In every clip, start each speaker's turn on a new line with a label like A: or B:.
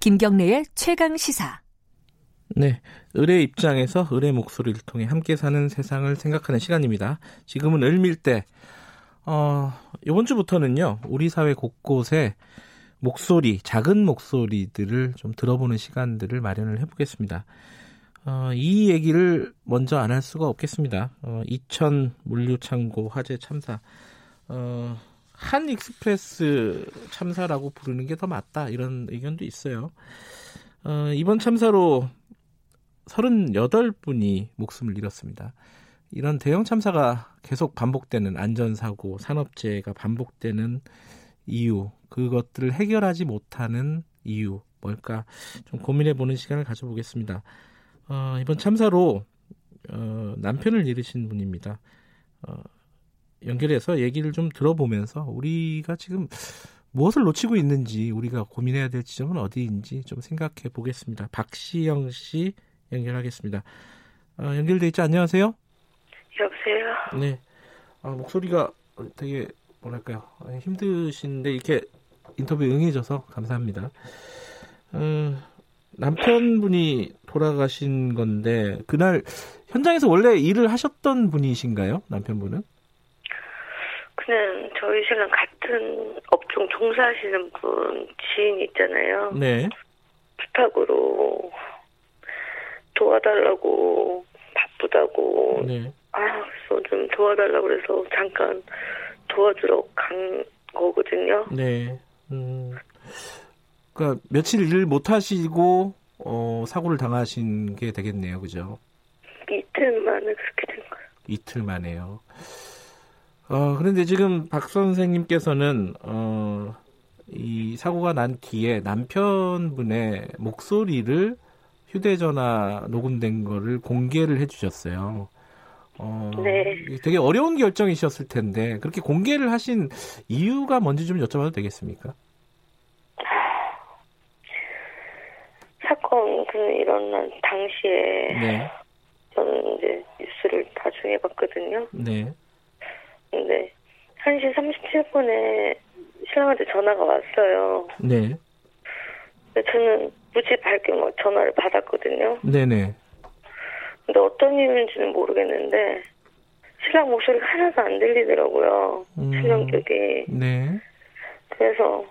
A: 김경래의 최강 시사.
B: 네. 을의 입장에서 을의 목소리를 통해 함께 사는 세상을 생각하는 시간입니다. 지금은 을밀대. 어, 이번 주부터는요, 우리 사회 곳곳에 목소리, 작은 목소리들을 좀 들어보는 시간들을 마련을 해보겠습니다. 어, 이 얘기를 먼저 안 할 수가 없겠습니다. 어, 이천 물류창고 화재 참사. 어, 한 익스프레스 참사라고 부르는 게 더 맞다. 이런 의견도 있어요. 어, 이번 참사로 38분이 목숨을 잃었습니다. 이런 대형 참사가 계속 반복되는 안전사고, 산업재해가 반복되는 이유, 그것들을 해결하지 못하는 이유, 뭘까 좀 고민해보는 시간을 가져보겠습니다. 어, 이번 참사로 어, 남편을 잃으신 분입니다. 어, 연결해서 얘기를 좀 들어보면서 우리가 지금 무엇을 놓치고 있는지 우리가 고민해야 될 지점은 어디인지 좀 생각해 보겠습니다. 박시영 씨 연결하겠습니다. 어, 연결돼 있죠? 안녕하세요.
C: 여보세요.
B: 네. 아, 목소리가 되게 뭐랄까요 힘드신데 이렇게 인터뷰 응해줘서 감사합니다. 어, 남편분이 돌아가신 건데 그날 현장에서 원래 일을 하셨던 분이신가요? 남편분은?
C: 그냥 저희 신랑 같은 업종 종사하시는 분 지인 있잖아요.
B: 네.
C: 부탁으로 도와달라고 바쁘다고
B: 네.
C: 아 그래서 좀 도와달라고 그래서 잠깐 도와주러 간 거거든요.
B: 네. 음. 그러니까 며칠 일을 못 하시고 어, 사고를 당하신 게 되겠네요. 그죠?
C: 이틀 만에 그렇게 된 거예요.
B: 이틀 만에요. 어, 그런데 지금 박 선생님께서는 어, 이 사고가 난 뒤에 남편분의 목소리를 휴대전화 녹음된 거를 공개를 해주셨어요. 어,
C: 네.
B: 되게 어려운 결정이셨을 텐데 그렇게 공개를 하신 이유가 뭔지 좀 여쭤봐도 되겠습니까?
C: 사건 그냥 일어난 당시에
B: 네,
C: 저는 이제 뉴스를 나중에 봤거든요.
B: 네,
C: 근데 1시 37분에 신랑한테 전화가 왔어요.
B: 네,
C: 근데 네, 저는 무지 밝게 뭐 전화를 받았거든요.
B: 네, 네.
C: 근데 어떤 이유인지는 모르겠는데 신랑 목소리가 하나도 안 들리더라고요.
B: 음.
C: 신랑 쪽이.
B: 네,
C: 그래서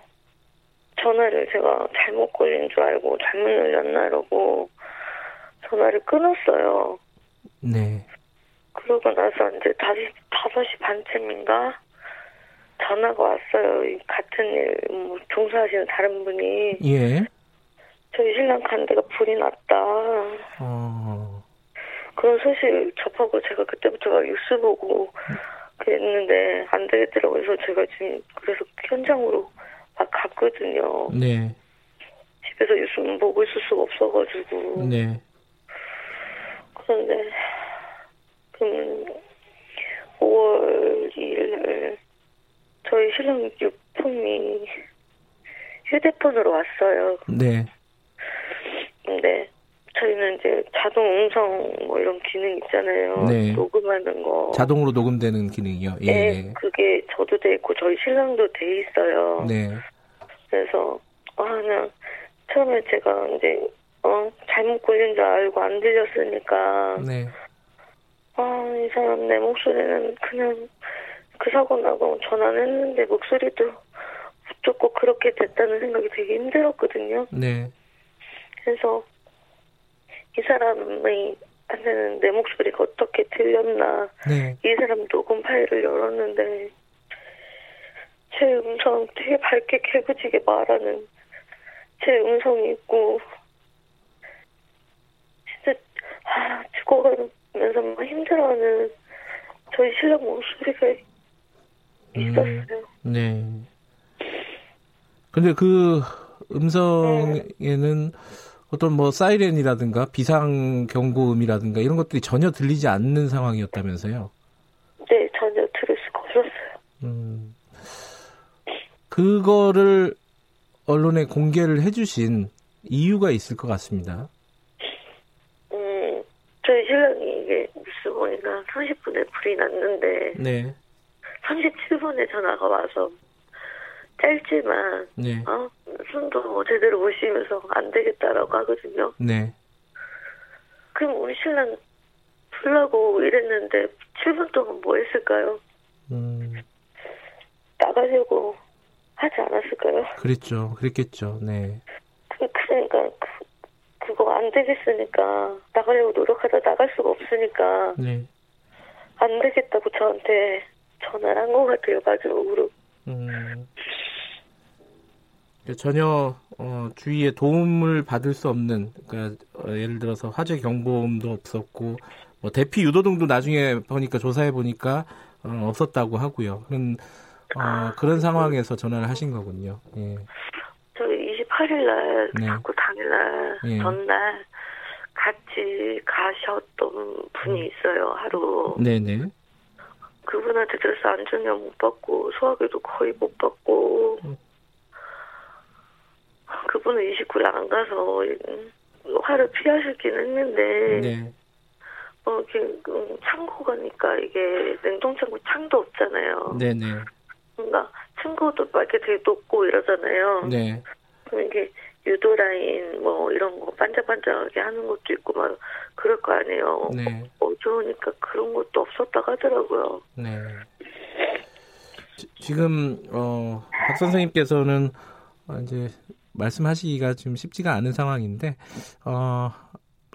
C: 전화를 제가 잘못 걸린 줄 알고 잘못 눌렸나 이러고 전화를 끊었어요.
B: 네.
C: 그러고 나서 이제 다시 5시 반쯤인가 전화가 왔어요. 이 같은 일, 뭐, 종사하시는 다른 분이.
B: 예.
C: 저희 신랑 간 데가 불이 났다.
B: 어,
C: 그런 소식을 접하고 제가 그때부터 막 뉴스 보고 그랬는데 안 되겠더라고요. 그래서 제가 지금 그래서 현장으로 막 갔거든요.
B: 네,
C: 집에서 뉴스만 보고 있을 수가 없어가지고.
B: 네,
C: 그런데 그 5월 2일날 저희 신랑 유품이 휴대폰으로 왔어요.
B: 네.
C: 근데 저희는 이제 자동 음성 뭐 이런 기능 있잖아요.
B: 네.
C: 녹음하는 거.
B: 자동으로 녹음되는 기능이요. 예.
C: 어. 네, 그게 저도 돼 있고 저희 신랑도 돼 있어요.
B: 네.
C: 그래서 아 그냥 처음에 제가 이제 어 잘못 걸린 줄 알고 안 들렸으니까
B: 네.
C: 아 이 사람 내 목소리는 그냥 그 사고 나고 전화는 했는데 목소리도 무조건 그렇게 됐다는 생각이 되게 힘들었거든요.
B: 네.
C: 그래서 이 사람이 한테는 내 목소리가 어떻게 들렸나
B: 네.
C: 이 사람 녹음 파일을 열었는데 제 음성 되게 밝게 개구지게 말하는 제 음성이 있고 진짜 아 죽어가면서 막 힘들어하는 저희 신랑 목소리가
B: 음,
C: 있었어요.
B: 네. 근데 그 음성에는 어떤 뭐 사이렌이라든가 비상 경고음이라든가 이런 것들이 전혀 들리지 않는 상황이었다면서요.
C: 네 전혀 들을 수가 없었어요.
B: 음. 그거를 언론에 공개를 해주신 이유가 있을 것 같습니다.
C: 음 저희 신랑이 이게 뉴스 보니까 30분에 불이 났는데
B: 네.
C: 37분에 전화가 와서 짧지만
B: 네.
C: 어, 숨도 제대로 못 쉬면서 안 되겠다라고 하거든요.
B: 네.
C: 그럼 우리 신랑 풀라고 이랬는데 7분 동안 뭐 했을까요?
B: 음,
C: 나가려고 하지 않았을까요?
B: 그랬죠. 그랬겠죠. 네.
C: 그- 그러니까 그, 그거 안 되겠으니까 나가려고 노력하다 나갈 수가 없으니까
B: 네.
C: 안 되겠다고 저한테 전화를 한 것 같아요. 마지막으로.
B: 음. 그러니까 전혀 어, 주위에 도움을 받을 수 없는 그러니까 어, 예를 들어서 화재 경보음도 없었고 뭐 대피 유도 등도 나중에 보니까 조사해 보니까 어, 없었다고 하고요. 그런 어, 그런 상황에서 전화를 하신 거군요. 예.
C: 저 28일 날,
B: 네.
C: 자꾸 당일 날,
B: 예.
C: 전날 같이 가셨던 분이 있어요. 하루.
B: 네네.
C: 그분한테 그래서 안전형 못 받고 소화기도 거의 못 받고
B: 음.
C: 그분은 29일 안 가서 음, 화를 피하시긴 했는데
B: 네.
C: 어, 이렇게 음, 창고 가니까 이게 냉동창고 창도 없잖아요.
B: 네네.
C: 그러니까 창고도 막 이렇게 되게 높고 이러잖아요.
B: 네.
C: 그럼 이게 유도 라인 뭐 이런 거 반짝반짝하게 하는 것도 있고 막 그럴 거 아니에요.
B: 네.
C: 어두우니까 그런 것도 없었다고 하더라고요.
B: 네. 지- 지금 어, 박 선생님께서는 어, 이제 말씀하시기가 지금 쉽지가 않은 상황인데 어,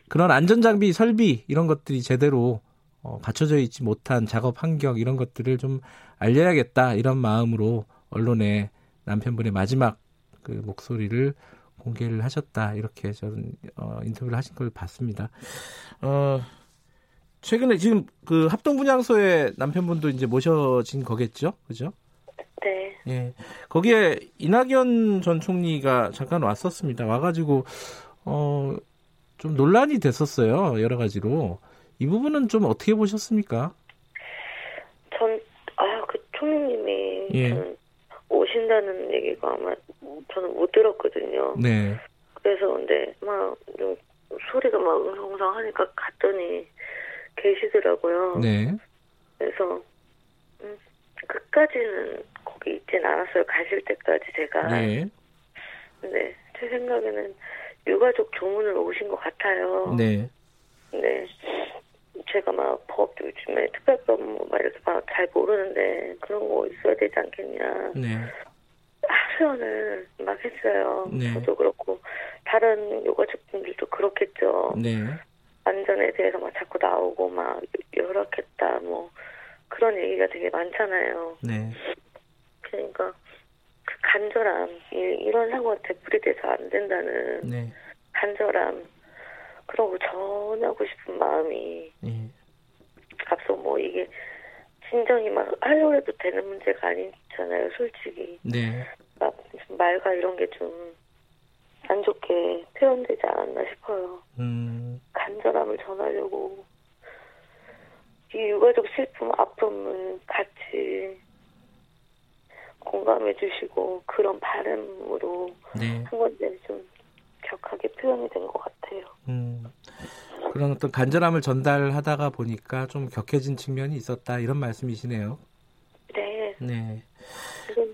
B: 그런 안전 장비 설비 이런 것들이 제대로 어, 갖춰져 있지 못한 작업 환경 이런 것들을 좀 알려야겠다 이런 마음으로 언론에 남편분의 마지막 그 목소리를 공개를 하셨다 이렇게 저는 어, 인터뷰를 하신 걸 봤습니다. 어, 최근에 지금 그 합동 분향소에 남편분도 이제 모셔진 거겠죠, 그죠?
C: 네.
B: 예. 거기에 이낙연 전 총리가 잠깐 왔었습니다. 와가지고 어, 좀 논란이 됐었어요, 여러 가지로. 이 부분은 좀 어떻게 보셨습니까?
C: 전, 아, 그 총리님이
B: 예.
C: 저는 오신다는 얘기가 아마 저는 못 들었거든요.
B: 네,
C: 그래서 근데 막 좀 소리가 막 웅성웅성 하니까 갔더니 계시더라고요.
B: 네,
C: 그래서 음, 끝까지는 거기 있진 않았어요. 가실 때까지 제가.
B: 네,
C: 근데 제 생각에는 유가족 조문을 오신 것 같아요.
B: 네,
C: 네. 제가 막 법 요즘에 특별법 뭐막 이렇게 막 잘 모르는데 그런 거 있어야 되지 않겠냐.
B: 네,
C: 하소연을 막 했어요.
B: 네.
C: 저도 그렇고 다른 요가족분들도 그렇겠죠.
B: 네,
C: 안전에 대해서 막 자꾸 나오고 막 열악했다 뭐 그런 얘기가 되게 많잖아요.
B: 네,
C: 그러니까 그 간절함 이- 이런 사고한테 불이돼서 안 된다는
B: 네,
C: 간절함 그런 거 전하고 싶은 마음이
B: 예,
C: 앞서 뭐 이게 진정이 막 하려고 해도 되는 문제가 아니잖아요 솔직히
B: 네,
C: 막좀 말과 이런 게 좀 안 좋게 표현되지 않았나 싶어요
B: 음,
C: 간절함을 전하려고 이 유가족 슬픔 아픔을 같이 공감해 주시고 그런 바람으로
B: 네.
C: 한 건데 좀 격하게 표현이 된 것 같아요
B: 음, 그런 어떤 간절함을 전달하다가 보니까 좀 격해진 측면이 있었다 이런 말씀이시네요.
C: 네
B: 네.
C: 지금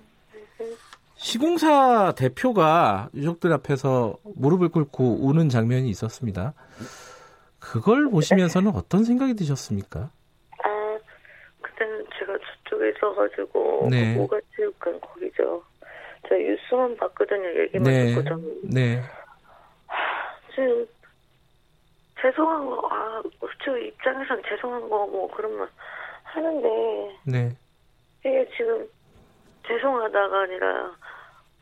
B: 시공사 대표가 유족들 앞에서 무릎을 꿇고 우는 장면이 있었습니다. 그걸 보시면서는 어떤 생각이 드셨습니까?
C: 아, 그때는 제가 저쪽에 있어가지고
B: 네.
C: 그 오가체육관 거기죠. 제가 뉴스만 봤거든요. 얘기만
B: 네,
C: 듣고 저는
B: 네,
C: 지금 죄송한 거, 아, 솔직히 입장에선 죄송한 거 뭐 그런 말 하는데
B: 네,
C: 이게 지금 죄송하다가 아니라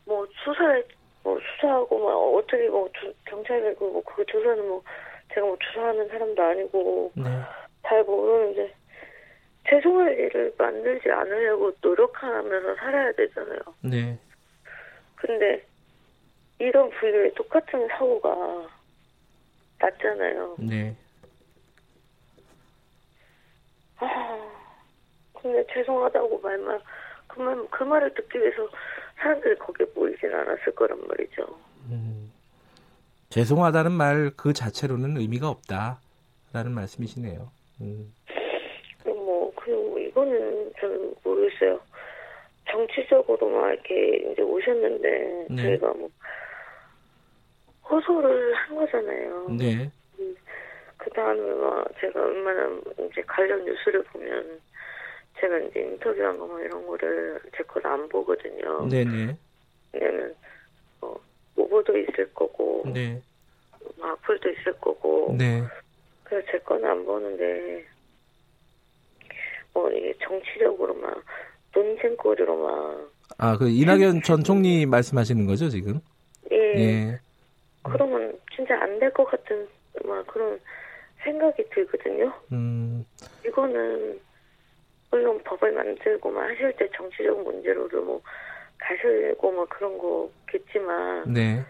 C: 뭐 수사에 뭐 수사하고 막 어떻게 뭐 조- 경찰에 그뭐그 조사는 뭐 제가 뭐 조사하는 사람도 아니고
B: 네,
C: 잘 모르는데 죄송할 일을 만들지 않으려고 노력하면서 살아야 되잖아요.
B: 네,
C: 근데 이런 부류의 똑같은 사고가 났잖아요.
B: 네,
C: 아, 근데 죄송하다고 말만 그말 그 말을 듣기 위해서 사람들이 거기에 모이진 않았을 거란 말이죠.
B: 음, 죄송하다는 말 그 자체로는 의미가 없다라는 말씀이시네요. 음,
C: 그럼 뭐 그냥 뭐 이거는 저는 모르겠어요. 정치적으로 막 이렇게 이제 오셨는데
B: 네.
C: 저희가 뭐 호소를 한 거잖아요.
B: 네.
C: 그 다음에 막 제가 웬만한 이제 관련 뉴스를 보면 제가 이제 인터뷰한 거나 뭐 이런 거를 제 걸 안 보거든요.
B: 네, 네.
C: 왜냐면 어, 오보도 있을 거고
B: 네.
C: 뭐 악플도 있을 거고
B: 네.
C: 그래서 제 거는 안 보는데 어 이게 정치적으로 막 논쟁거리로 막
B: 아, 그 이낙연 전 총리 말씀하시는 거죠, 지금?
C: 예,
B: 예.
C: 그러면 진짜 안 될 것 같은 막 그런 생각이 들거든요.
B: 음.
C: 이거는 물론 법을 만들고 막 하실 때 정치적 문제로도 뭐 가시고 막 그런 거겠지만
B: 네.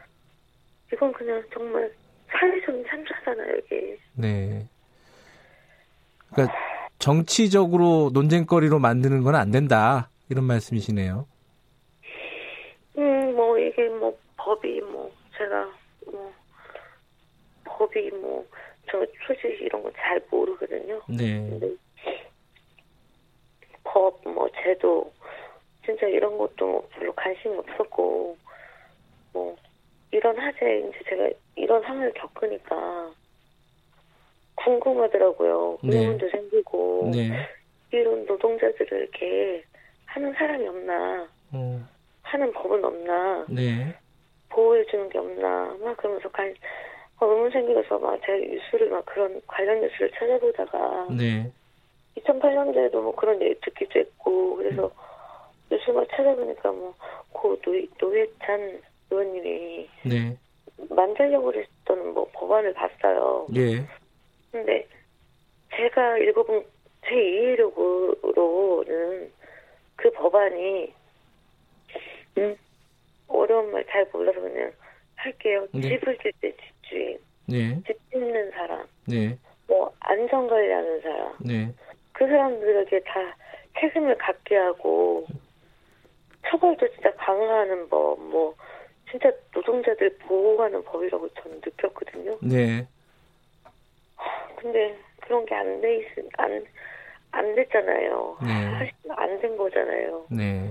C: 이건 그냥 정말 사회적인 참사잖아요 이게
B: 네. 그러니까 정치적으로 논쟁거리로 만드는 건 안 된다. 이런 말씀이시네요.
C: 음 뭐 이게 뭐 법이 뭐 제가 뭐 법이 뭐 저 솔직히 이런 거 잘 모르거든요
B: 네.
C: 근데 법 뭐 제도 진짜 이런 것도 별로 관심이 없었고 뭐 이런 하제 이제 제가 이런 상황을 겪으니까 궁금하더라고요
B: 네.
C: 의문도 생기고
B: 네.
C: 이런 노동자들을 이렇게 하는 사람이 없나
B: 어,
C: 하는 법은 없나
B: 네.
C: 보호해주는 게 없나 막 그러면서 관 어, 의문 생기면서 막 제가 뉴스를 막 그런 관련 뉴스를 찾아보다가
B: 네.
C: 2008년도에도 뭐 그런 얘기 듣기도 했고 그래서 뉴스 막 찾아보니까 뭐고 노회찬 의원님이
B: 네.
C: 만들려고 했던 뭐 법안을 봤어요.
B: 예.
C: 근데 제가 읽어본 제 이해력으로는 그 법안이 음, 어려운 말 잘 몰라서 그냥 할게요.
B: 네.
C: 집을 질 때 집주인,
B: 네.
C: 집 짓는 사람,
B: 네.
C: 뭐 안전관리하는 사람.
B: 네.
C: 그 사람들에게 다 책임을 갖게 하고 처벌도 진짜 강화하는 법, 뭐 진짜 노동자들 보호하는 법이라고 저는 느꼈거든요.
B: 네.
C: 근데 그런 게 안 돼 있, 안, 안 됐잖아요.
B: 네.
C: 사실 안 된 거잖아요.
B: 네.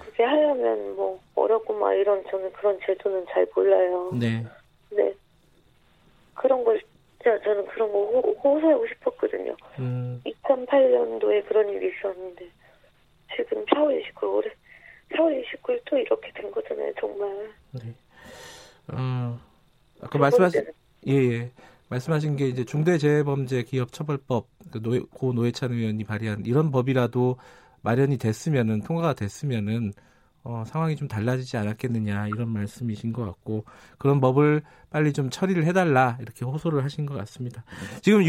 C: 그게 하려면 뭐 어렵고 막 이런 저는 그런 제도는 잘 몰라요.
B: 네.
C: 근데 그런 걸 진짜 저는 그런 거 호, 호소하고 싶었거든요.
B: 음.
C: 2008년도에 그런 일이 있었는데 지금 4월 29일 올해 4월 29일 또 이렇게 된 거잖아요 정말
B: 네. 어, 아까 말씀하신 예, 예. 말씀하신 게 이제 중대재해범죄 기업처벌법 그 노회, 고 노회찬 의원이 발의한 이런 법이라도 마련이 됐으면은 통과가 됐으면은 어, 상황이 좀 달라지지 않았겠느냐 이런 말씀이신 것 같고 그런 법을 빨리 좀 처리를 해달라 이렇게 호소를 하신 것 같습니다. 지금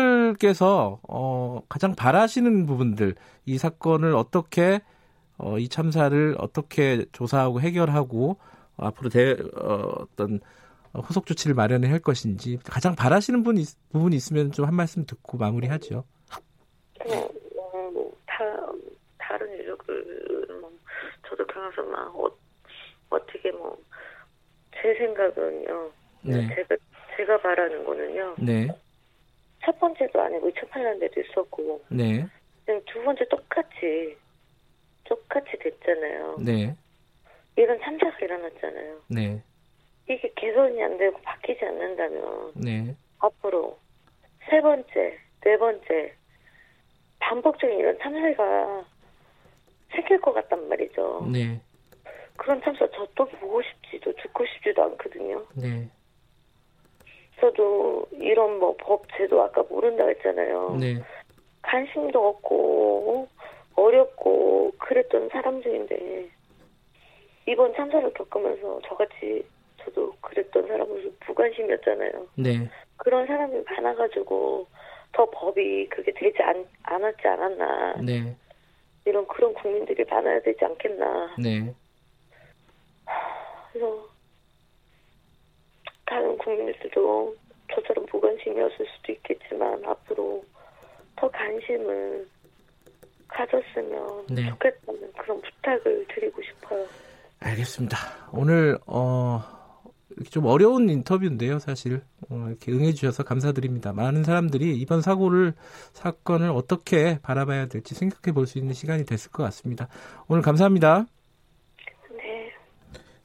B: 유족들께서 어, 가장 바라시는 부분들 이 사건을 어떻게 어, 이 참사를 어떻게 조사하고 해결하고 어, 앞으로 대, 어, 어떤 후속 조치를 마련해 할 것인지 가장 바라시는 분이, 부분이 있으면 좀 한 말씀 듣고 마무리하죠.
C: 그냥 음, 뭐 다, 다른 유족들 뭐, 저도 경험해서 막 어, 어떻게 뭐 제 생각은요
B: 네.
C: 제가 제가 바라는 거는요
B: 네,
C: 첫 번째도 아니고 2008년대도 있었고
B: 네,
C: 그냥 두 번째 똑같이 똑같이 됐잖아요
B: 네,
C: 이런 참사가 일어났잖아요
B: 네,
C: 이게 개선이 안 되고 바뀌지 않는다면
B: 네,
C: 앞으로 세 번째, 네 번째 반복적인 이런 참사가 생길 것 같단 말이죠.
B: 네,
C: 그런 참사 저 또 보고 싶지도 듣고 싶지도 않거든요.
B: 네,
C: 저도 이런 뭐 법 제도 아까 모른다 했잖아요.
B: 네,
C: 관심도 없고 어렵고 그랬던 사람 중인데 이번 참사를 겪으면서 저같이 저도 그랬던 사람으로서 무관심이었잖아요.
B: 네,
C: 그런 사람이 많아가지고 더 법이 그게 되지 않, 않았지 않았나
B: 네,
C: 이런 그런 국민들이 많아야 되지 않겠나
B: 네,
C: 그래서 다른 국민들도 저처럼 무관심이었을 수도 있겠지만 앞으로 더 관심을 가졌으면
B: 네.
C: 좋겠다는 그런 부탁을 드리고 싶어요.
B: 알겠습니다. 오늘 어 이렇게 좀 어려운 인터뷰인데요, 사실. 어, 이렇게 응해주셔서 감사드립니다. 많은 사람들이 이번 사고를, 사건을 어떻게 바라봐야 될지 생각해 볼 수 있는 시간이 됐을 것 같습니다. 오늘 감사합니다.
C: 네.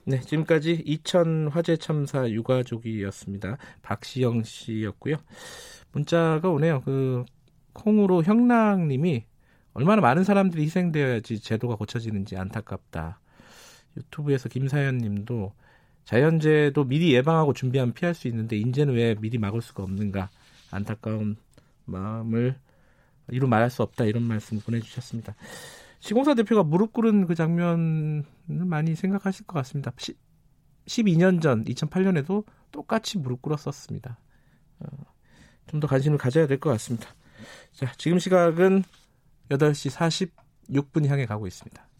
B: 네, 지금까지 이천 화재 참사 유가족이었습니다. 박시영 씨였고요. 문자가 오네요. 그 콩으로 형랑님이 얼마나 많은 사람들이 희생되어야지 제도가 고쳐지는지 안타깝다. 유튜브에서 김사연님도 자연재해도 미리 예방하고 준비하면 피할 수 있는데 인제는 왜 미리 막을 수가 없는가 안타까운 마음을 이루 말할 수 없다 이런 말씀 보내주셨습니다. 시공사 대표가 무릎 꿇은 그 장면을 많이 생각하실 것 같습니다. 시, 12년 전 2008년에도 똑같이 무릎 꿇었었습니다. 어, 좀 더 관심을 가져야 될 것 같습니다. 자, 지금 시각은 8시 46분 향해 가고 있습니다.